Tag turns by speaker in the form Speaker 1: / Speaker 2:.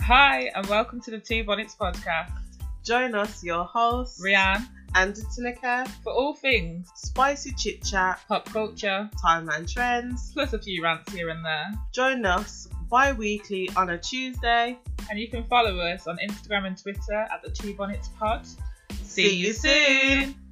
Speaker 1: Hi, and welcome to the Two Bonnets podcast.
Speaker 2: Join us, your host,
Speaker 1: Rianne,
Speaker 2: and Tinaka,
Speaker 1: for all things
Speaker 2: spicy chit chat,
Speaker 1: pop culture,
Speaker 2: time and trends.
Speaker 1: plus a few rants here and there.
Speaker 2: Join us bi weekly on a Tuesday.
Speaker 1: And you can follow us on Instagram and Twitter at the Two Bonnets Pod.
Speaker 2: See you soon.